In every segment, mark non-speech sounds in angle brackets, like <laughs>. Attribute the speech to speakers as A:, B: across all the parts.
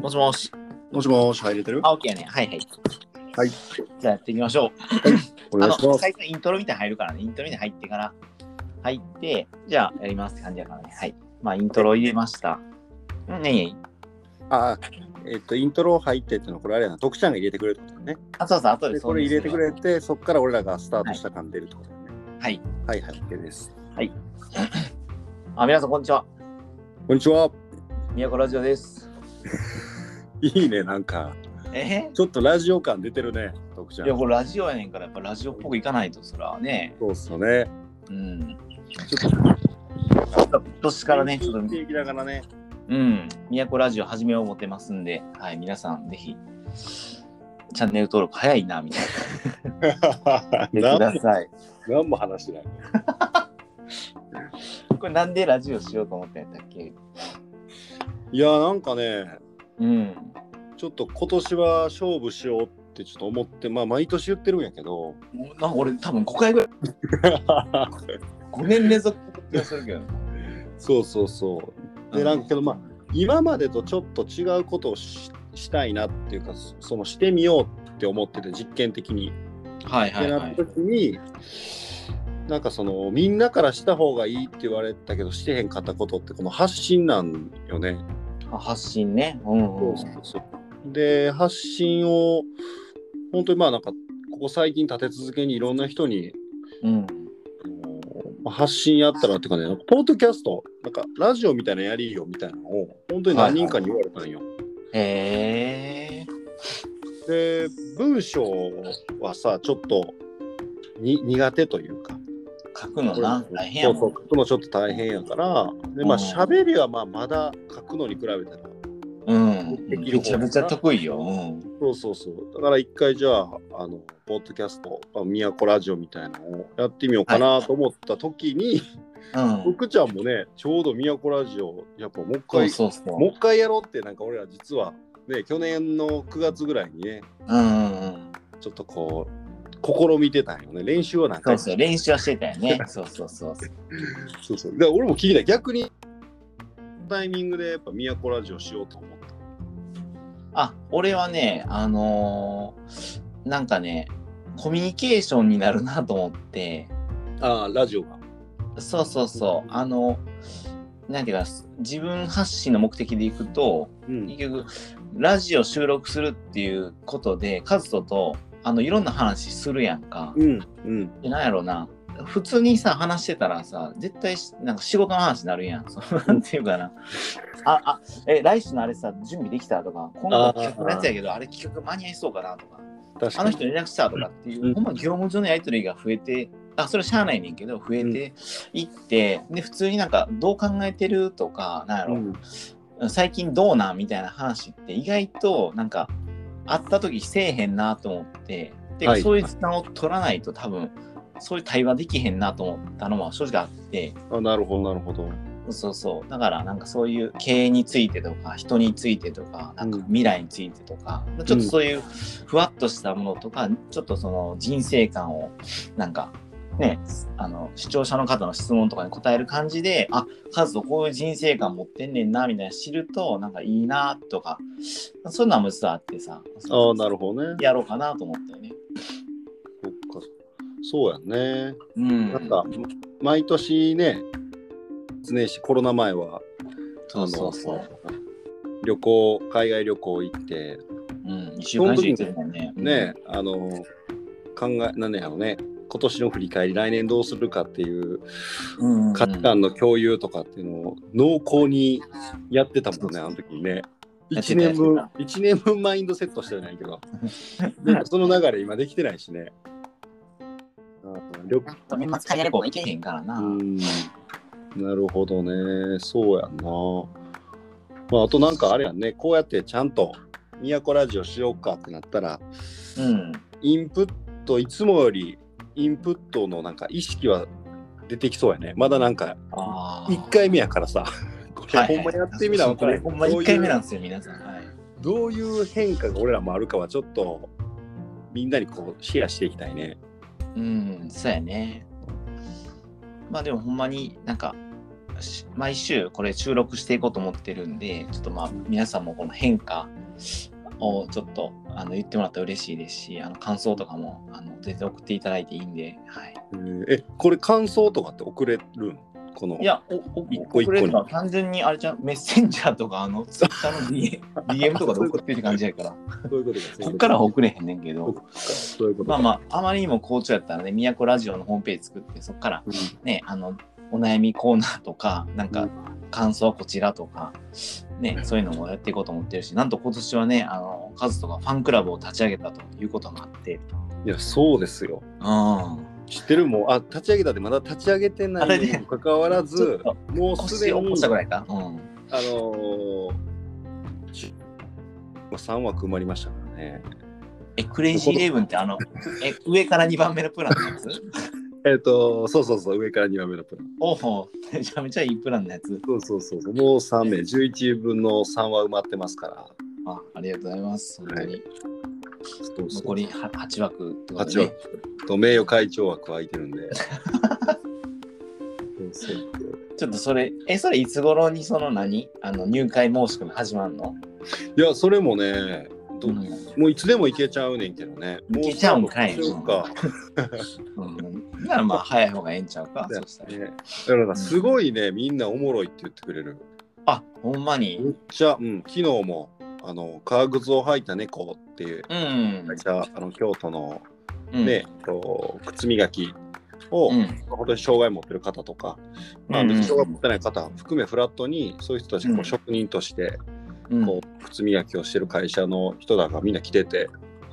A: もしもし。
B: もしもし、入れてる
A: あ、OK やね。はいはい。
B: はい。
A: じゃあやっていきましょ
B: お
A: う。あ
B: 願いしま
A: の、
B: す。
A: 最初イントロみたいに入るからね。イントロみたいに入ってから、入って、じゃあやりますって感じやからね。はい。まあ、イントロ入れました。うん、ねえねえ。
B: あ、えっと、イントロ入ってっていうのは、これあれやな、徳ちゃんが入れてくれるってことだね。
A: あ、そうそう、後で
B: で、
A: そ
B: これ入れてく
A: れ。
B: れて、そこから俺らがスタートした感出るってことだよね。
A: はい。
B: はいはい、OK です。
A: あ、皆さん、こんにちは。
B: こんにちは。
A: 宮古ラジオです。
B: いいね、なんか、
A: え
B: ちょっとラジオ感出てるね、徳ちゃ
A: ー
B: ん。
A: いや、これラジオやねんから、やっぱラジオっぽくいかないと、そらね。
B: そうっすよね。
A: うん。
B: ちょっと、
A: 今年からね、ちょっと
B: 元気なが
A: <laughs>
B: らね。
A: うん、宮古ラジオ始めよう思ってますんで、はい、皆さんぜひ、チャンネル登録早いな、みたいな。
B: な
A: ください。
B: 何も話してない。
A: これなんでラジオしようと思ったんやったっけ
B: いや、なんかね、
A: うん。
B: ちょっと今年は勝負しようってちょっと思って、まあ、毎年言ってるんや
A: <laughs>
B: けど。
A: なんか俺多分5回ぐらい、5年連続気がするけど。
B: そうそうそう。で、なんかけど、まあ、今までとちょっと違うことをししたいなっていうか、そそのしてみようって思ってて、実験的に。
A: はいはいは
B: っ
A: い
B: て。なった時に、なんかその、みんなからした方がいいって言われたけど、してへんかったことって、この発信なんよね。
A: あ発信ね。うん、うん。
B: そうで、発信を、本当にまあ、なんか、ここ最近立て続けにいろんな人に
A: うん。
B: あのまあ発信やったらっていうかね、なんかポッドキャスト、なんかラジオみたいなのやりよみたいなのを、本当に何人かに言われたんよ。
A: へえ。
B: で、文章はさ、ちょっとに苦手というか、
A: 書くのな、大変やもん。
B: そうそう書くのちょっと大変やから、でまあ、
A: うん
B: 喋りはまあまだ書くのに比べたら、
A: うん。
B: でき
A: め
B: る方
A: ちゃめちゃ得意よ。うん。
B: そうそうそう、だから一回じゃあ、あのポッドキャスト、あ宮古ラジオみたいなのをやってみようかなと思った時に、
A: うん。
B: 僕ちゃんもね、ちょうど宮古ラジオ、やっぱも
A: そ
B: う一
A: う
B: 回
A: そうそう。
B: もう一回やろうってなんか俺ら実はね去年の9月ぐらいにね
A: うんうんうん。
B: ちょっとこう試みてたんよね練習はなん
A: そ
B: か
A: うそう、練習はしてたよね。そうそうそう。
B: そうそうで俺も聞いた逆にタイミングでやっぱ宮古ラジオしようと思っ
A: あ、俺はね、あのーなんかね、コミュニケーションになるなと思って、
B: たああラジオが
A: そうそうそう、あの、なんていうか、自分発信の目的でいくと、
B: うん
A: 結局、ラジオ収録するっていうことで、カズトと、あの、いろんな話するやんか。
B: うんうん
A: でなんやろな。普通にさ、話してたらさ、絶対し、なんか仕事の話になるやん。そのなんていうかな。あ、あ、え、来週のあれさ、準備できたとか、今
B: あ
A: 度
B: ー
A: 企画のやつやけど、あれ企画間に合いそうかなとか、
B: 確
A: あ
B: か
A: の
B: に
A: 人連絡したとかっていう、
B: うん
A: ほんま業務上のやりとりが増えて、あ、それはしゃあないねんけど、増えていって、で、普通になんか、どう考えてるとか、なんやろ、
B: うん
A: 最近どうなんみたいな話って意外となんか会った時せえへんなと思ってで、
B: はい
A: そういう時間を取らないと多分そういう対話できへんなと思ったのも正直あって
B: あなるほどなるほど
A: そうそうだからなんかそういう経営についてとか人についてとかなんか
B: うん
A: 未来についてとか、ちょっとそういうふわっとしたものとかちょっとその人生観をなんかねあの視聴者の方の質問とかに答える感じであカズとこういう人生観持ってんねんなみたいな知るとなんかいいなとかそういうのは実はあってさ
B: ああなるほどね
A: やろうかなと思ったよね。
B: そっかそうやね
A: うん、
B: なんか毎年ねねしコロナ前は
A: そうそうそう、
B: 旅行海外旅行行って
A: うん、1週間以上行ってるもんね。
B: ね、あの考え何やろうね今年の振り返り来年どうするかっていう
A: うん、うん
B: 価値観の共有とかっていうのを濃厚にやってたもんねあの時にね
A: やって
B: 1
A: た
B: 年
A: や
B: 分
A: っ
B: 一年分マインドセットしてないけどなんかその流れ今できてないしねうん旅
C: なんと年末海外旅行行け
A: へんからな。
B: うんなるほどねそうやんなまああとなんかあれやんねこうやってちゃんと「都ラジオしようか」ってなったら
A: うん。
B: インプットいつもよりインプットのなんか意識は出てきそうやねまだなんか
A: あー
B: 1回目やからさこれ
A: はい
B: ほんまやってみな、
A: そうそうこれ
B: こ
A: ほ
B: れ
A: んま1回目なん
B: ど
A: ですよ、皆さん。はい。
B: ういうどういう変化が俺らもあるかはちょっとみんなにこうシェアしていきたいね
A: うん、そうやね。まあでもほんまになんか、し毎週これ収録していこうと思ってるんで、ちょっとまあ皆さんもこの変化をちょっとあの言ってもらったら嬉しいですし、あの感想とかもあの全然送っていただいていいんで、はい。
B: え、これ感想とかって送れるんこの。
A: いや、おお
B: 一個一個に
A: 送れるのは単純にあれじゃん、メッセンジャーとかあのツイッターの DM,
B: <laughs>
A: DM とかで送ってる感じやから、
B: そういうことです
A: こっからは送れへんねんけど。
B: そういうこと
A: まあまあ、あまりにも好調やったらね、都ラジオのホームページ作って、そこから
B: うん
A: ね、あの、お悩みコーナーとか、なん
B: う
A: か
B: ん、
A: 感想はこちらとか、ね、そういうのもやっていこうと思ってるし、なんと今年はね、あの、カズとかファンクラブを立ち上げたということもあって、
B: いや、そうですよ。
A: う
B: 知ってるもう、あ、立ち上げたってまだ立ち上げてな
A: あ
B: い
A: れ
B: に
A: ね
B: もかかわら
A: ん。ちょっ
B: ず、
A: と、
B: もうす
A: 腰
B: で
A: を起こしたぐ
B: に、
A: らいか。うん。
B: あのーち3枠埋まりましたからね。
A: え、クレイジーイレブンってあ
B: <laughs>
A: の、え、上から2番目のプランのやつ
B: えっ、と、そうそうそう、上から2番目のプラン。
A: おお、めちゃめちゃいいプランのやつ。
B: そうそうそうそう、もう3名、11分の3は埋まってますから。
A: あありがとうございます。本当に。
B: そうそう
A: 残り8枠ってことで
B: 8
A: ね、
B: 枠と名誉会長枠は空いてるんで。そうそう
A: ちょっとそれ、え、それいつ頃にその何あの入会申し込み始まるの
B: いや、それもね、ど
A: うん
B: もういつでも行けちゃうねんけどね。
A: 行けちゃうんかい
B: もうそうか。
A: うん。ならまあ早い方がええんちゃうか
B: だ
A: そ
B: よ
A: したら。
B: ねだからすごいね、みんなおもろいって言ってくれる。
A: あ、ほんまに。
B: めっちゃ、うん、昨日も、あの、革靴を履いた猫っていう
A: うん。
B: 会社、あの、京都の
A: うん
B: ね、こう靴磨きを、
A: うん。
B: 本当に障害持ってる方とか、まあ、
A: うんうん
B: 別に障害持ってない方含めフラットにそういう人たちがこ
A: う
B: うん職人として
A: うん。
B: こう靴磨きをしてる会社の人らがみんな来てて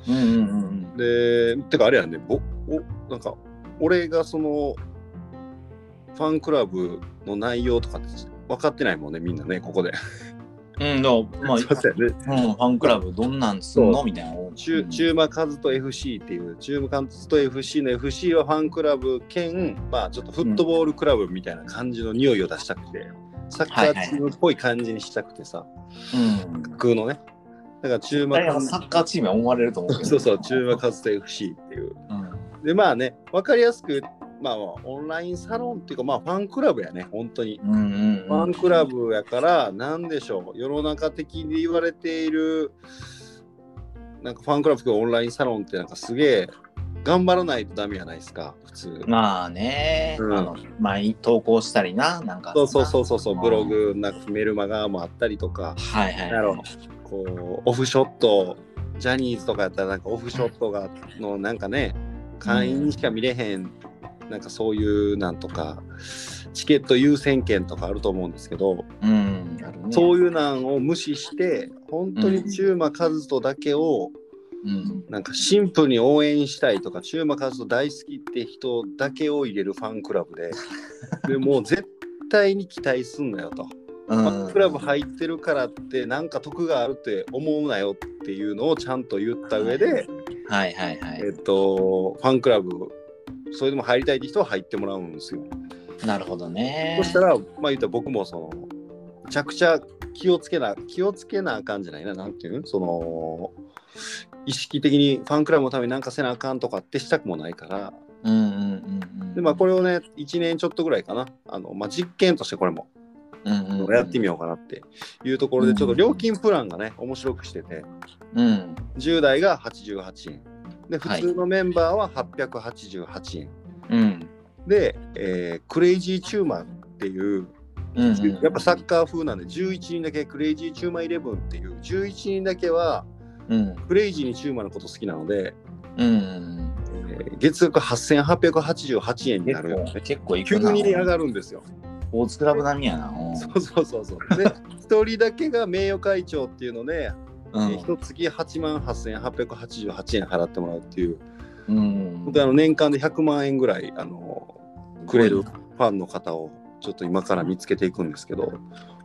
A: うんうんうん
B: でてかあれやねぼおなんか俺がそのファンクラブの内容とかって分かってないもんねみんなねここで。
A: うん。うん、だからまあ、
B: <laughs> そうだよね
A: うん、ファンクラブどんなんすん
B: そ
A: のみたいな。
B: 中中馬和と FC っていう中馬和と FC の FC はファンクラブ兼、まあ、ちょっとフットボールクラブみたいな感じの匂いを出したくて、サッカーチームっぽい感じにしたくてさ、
A: うん。
B: 架空のねだから中馬
A: 誰
B: 和
A: がサッカーチームは思われると思うけど。
B: そうそう中馬和と FC っていう
A: うん。
B: でまあね分かりやすく、まあ、オンラインサロンっていうかまあファンクラブやね本当に。
A: うんうんうん。
B: ファンクラブやから何でしょう世の中的に言われているなんかファンクラブとかオンラインサロンってなんかすげえ頑張らないとダメやないですか普通、
A: まあね、
B: うん
A: あの前に投稿したりな、なんか。
B: そうそうそうそうそううんブログなんかメルマガもあったりとか
A: はいはい。
B: なるほこうオフショットジャニーズとかやったらなんかオフショットがのなんかね会員にしか見れへんなんかそういうなんとかチケット優先権とかあると思うんですけど、
A: うん、あるね。
B: そう
A: う、
B: いうなんを無視して本当に中馬和人だけを
A: ん、
B: なんかシンプルに応援したいとか中馬和人大好きって人だけを入れるファンクラブででもう絶対に期待すんなよと、
A: うん
B: ファンクラブ入ってるからってなんか得があるって思うなよっていうのをちゃんと言った上で、
A: はいはいは
B: え
A: い。
B: っと、ファンクラブそれでも入りたいって人は入ってもらうんですよ。
A: なるほどね。
B: そしたら、まあ言ったら僕もその、めちゃくちゃ気をつけな、気をつけなあかんじゃないな、なんていうんその、意識的にファンクラブのためになんかせなあかんとかってしたくもないから、
A: うんうんうんうん。
B: で、まあこれをね、1年ちょっとぐらいかな、あの、まあ実験としてこれも、
A: うんうんうん、
B: やってみようかなっていうところで、ちょっと料金プランがね、面白くしてて、
A: うん。
B: 10代が88円。で、
A: は
B: 普
A: い
B: 通のメンバーは888円。
A: うん。
B: で、えークレイジーチューマンっていう、
A: うんうん、
B: やっぱサッカー風なんで11人だけクレイジーチューマンイレブンっていう11人だけは
A: うん、
B: クレイジーにチューマンのこと好きなので、
A: うん
B: えー月額8888円になるよ
A: 結構
B: ね
A: 結構い
B: 急
A: くな
B: に上がるんですよ。
A: 大津クラブ並みやなうん
B: そうそうそうそう。
A: <laughs>
B: で一人だけが名誉会長っていうので、
A: う
B: えー一月8万8888円払ってもらうっていう
A: うん
B: 本当にあの年間で100万円ぐらいあのくれるファンの方をちょっと今から見つけていくんですけど、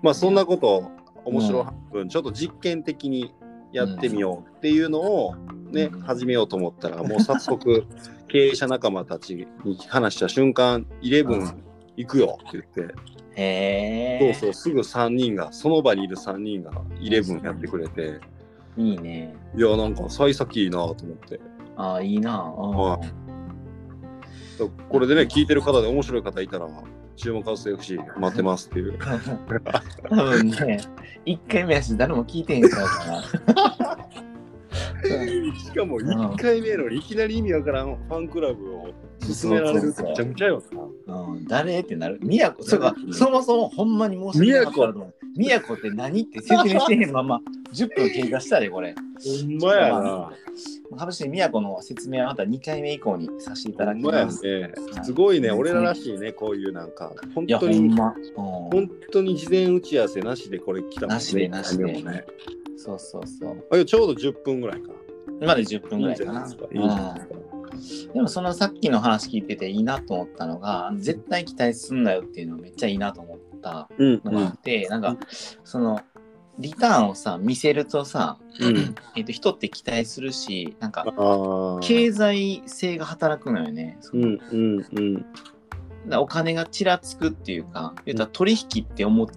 B: まあそんなことを面白半分、ちょっと実験的にやってみようっていうのをね、
A: うん
B: 始めようと思ったらもう早速 <laughs> 経営者仲間たちに話した瞬間「イレブン行くよ」って言って、
A: へ
B: そう
A: え
B: そうすぐ3人がその場にいる3人が「イレブンやってくれて
A: いいね
B: いやなんか幸先いいなと思って。
A: あいいなあ
B: これでね聞いてる方で面白い方いたら注目合わせ FC 待ってますっていう。
A: <laughs> 多分ね、1回目やし、誰も聞いてへんからかな。
B: <laughs> しかも1回目のいきなり意味わからんファンクラブを勧められるってめちゃめちゃよ。
A: うん、誰ってなる。宮古、それかそもそもほんまに申し訳なかったなと思う。宮古って何って説明してへんまま、10分経過したで、これ。
B: ほんまやな。
A: 株式宮古の説明はまた2回目以降にさせていた
B: ほ
A: だ
B: ん
A: き
B: まや
A: ま
B: ね
A: す。。
B: すごいね、俺ららしいね、こういうなんか、本
A: いや、
B: 当
A: ほん
B: に、
A: ま。う
B: 本当に事前打ち合わせなしでこれ来たもんね。
A: なしでなしで
B: 一回目もね
A: ん、そうそうそう。
B: あいやちょうど10分ぐらいかな。
A: 今で10分ぐらいか
B: い
A: な。
B: いじゃ
A: うん
B: ないですか。
A: でもそのさっきの話聞いてていいなと思ったのが絶対期待すんなよっていうのめっちゃいいなと思った
B: うん
A: のがあって、なんかそのリターンをさ見せるとさ、
B: うん
A: えっと人って期待するしなんか
B: ああ。
A: 経済性が働くのよね。そ
B: うん
A: の
B: うんうん。
A: だからお金がちらつくっていうか言ったら取引って思っ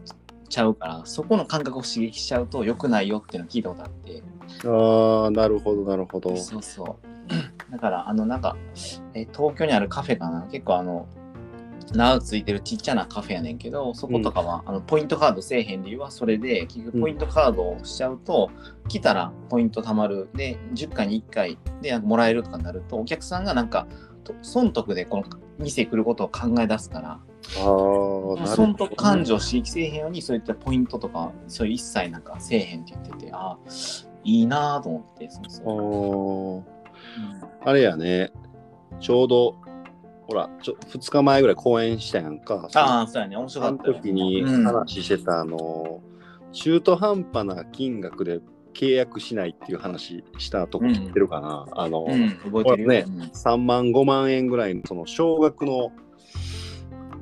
A: ちゃうからそこの感覚を刺激しちゃうと良くないよっていうのを聞いたことあって。
B: ああ、なるほどなるほど。
A: そうそう。 <clears throat> だから、あの、なんか、えー東京にあるカフェかな、結構あの、名をついてるちっちゃなカフェやねんけど、そことかは、あのポイントカードせえへん理由はそれで、結局ポイントカードをしちゃうと、来たらポイント貯まる、で、10回に1回でもらえるとかになると、お客さんがなんか、と損得でこの店来ることを考え出すから、
B: ああ、なる
A: 損得感情を刺激せえへんように、そういったポイントとか、そういう一切なんかせえへんって言ってて、ああ、いいなぁと思って、そうそう。
B: ほど。
A: うん
B: あーあれやね、ちょうど、ほら、ちょ2日前ぐらい公演したやんか。
A: ああ、そうやね。面白か
B: あの
A: ったよ。
B: 時に
A: うん
B: 話してた、あの、中途半端な金額で契約しないっていう話したとこ聞いてるかな。あの、
A: うん、覚えてるよ。
B: ね
A: うん
B: 3万5万円ぐらいのその少額の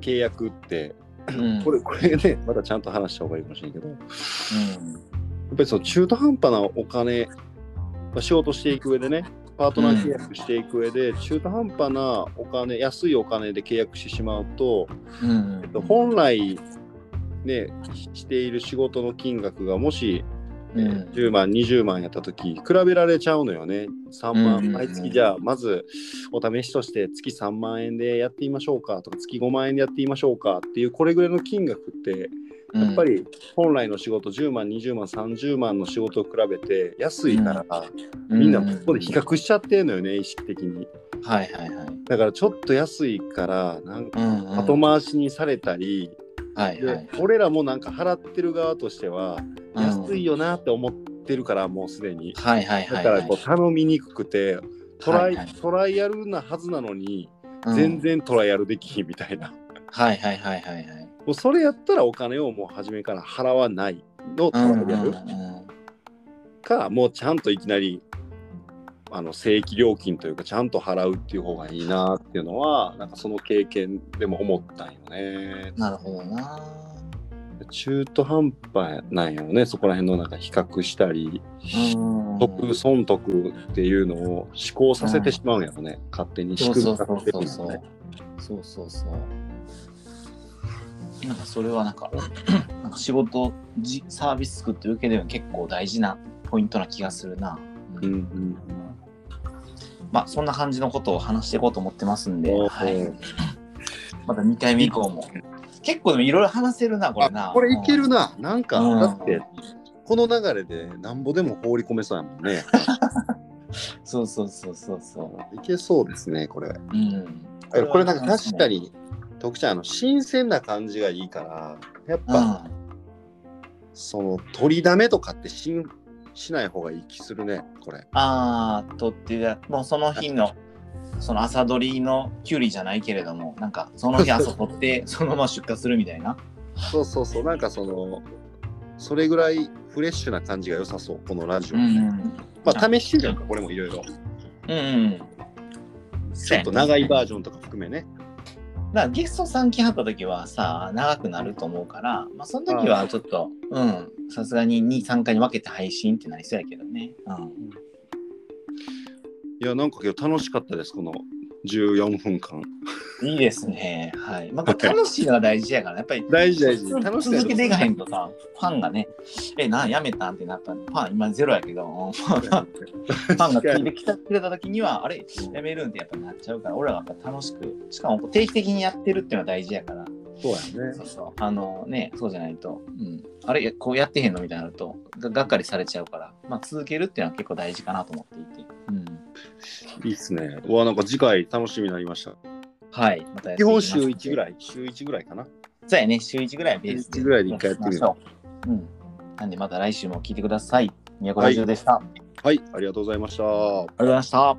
B: 契約って、
A: うん
B: これこれねまだちゃんと話した方がいいかもしれないけどやっ
A: うん
B: ぱりその中途半端なお金、まあ、仕事していく上でねパートナー契約していく上で、中途半端なお金安いお金で契約してしまうと、
A: うん
B: えっと本来ねししている仕事の金額がもし、
A: う
B: え
A: ん
B: ー10万20万やった時比べられちゃうのよね3万、
A: うん
B: 毎月じゃあまずお試しとして月3万円でやってみましょうかとか月5万円でやってみましょうかっていうこれぐらいの金額ってやっぱり本来の仕事10万20万30万の仕事を比べて安いから、
A: う
B: みんなここで比較しちゃってるのよね意識的に
A: はいはいはい。
B: だからちょっと安いからなんか
A: うんうん
B: 後回しにされたり、
A: はいは
B: で
A: い。
B: 俺らもなんか払ってる側としては
A: うん
B: 安いよなって思ってるからもうすでに
A: はいはいは
B: だ
A: い
B: か
A: は
B: ら
A: い
B: こう。頼みにくくてトライ
A: はいはい
B: トライアルなはずなのに
A: うん
B: 全。然トライアルできひんみたいな
A: はいはいはいはいはい。
B: もうそれやったらお金をもう初めから払わないのト
A: う
B: ラ
A: んう
B: イアル
A: ん
B: かもうちゃんといきなりあの正規料金というかちゃんと払うっていう方がいいなっていうのはなんかその経験でも思ったんよね
A: うんなるほどな。
B: 中途半端なんやろねそこら辺のなんか比較したり
A: うん
B: 得損得っていうのを思考させてしまうんやろね、勝手に仕
A: そう
B: 組み
A: そう
B: 立
A: そうそうんそ
B: ててるやろね
A: う。そうそうそう。なんかそれはなんか <clears throat> なんか仕事じサービス作って受けでも結構大事なポイントな気がするな。
B: うんうん
A: まあそんな感じのことを話していこうと思ってますんで、
B: おー
A: はい、また2回目以降も結構でもいろいろ話せるなこれな
B: あこれいけるな、なんか、
A: うん
B: だってこの流れでなんぼでも放り込めそうやもんね
A: <laughs> うんそうそうそうそうそ
B: いけそうですねこれ
A: ううん
B: これなんか確かに徳ちゃんあの新鮮な感じがいいからやっ
A: う
B: ぱ、
A: ん
B: その取りだめとかってしんしない方がいい気するねこれ
A: ああとってだもうその日のその朝取りのキュウリじゃないけれどもなんかその
B: <laughs>
A: 日朝取ってそのまま出荷するみたいな
B: そうそうそうなんかそのそれぐらいフレッシュな感じが良さそうこのラジオ、
A: うんうん
B: まあ試してるやんかこれもいろいろ
A: うんうん
B: ちょっと長いバージョンとか含めね。
A: だからゲストさん来はった時はさ長くなると思うから、まあ、その時はちょっとうんさすがに23回に分けて配信ってなりそうやけどね、うん、
B: いや、なんか今日楽しかったです、この14分間。
A: いいですねはい、まあ、これ楽しいのが大事やからやっぱり
B: 大事大事。
A: 続
B: 楽しい
A: 続けていかへんとさファンがね「えなやめたん?」ってなったらファン今ゼロやけど
B: <laughs>
A: うんファンファンが聞いてきたくれた時にはあれやめるんってやっぱなっちゃうから俺らがやっぱ楽しくしかもこう定期的にやってるっていうのは大事やから
B: そうやね
A: そうそうあのねそうじゃないと、うん、あれいやこうやってへんのみたいになるとががっかりされちゃうから、まあ、続けるっていうのは結構大事かなと思っていて、うん、
B: いいっすねうわなんか次回楽しみになりました
A: はいまたやってい
B: 基本週1ぐ
A: い
B: らい週1ぐらいかな
A: そうやね週1ぐらいベース
B: 週一ぐらいで一回やってみよう
A: しましょううんなんでまた来週も聞いてください宮古ラジオでした、あり
B: はいありがとうございました
A: がとうございました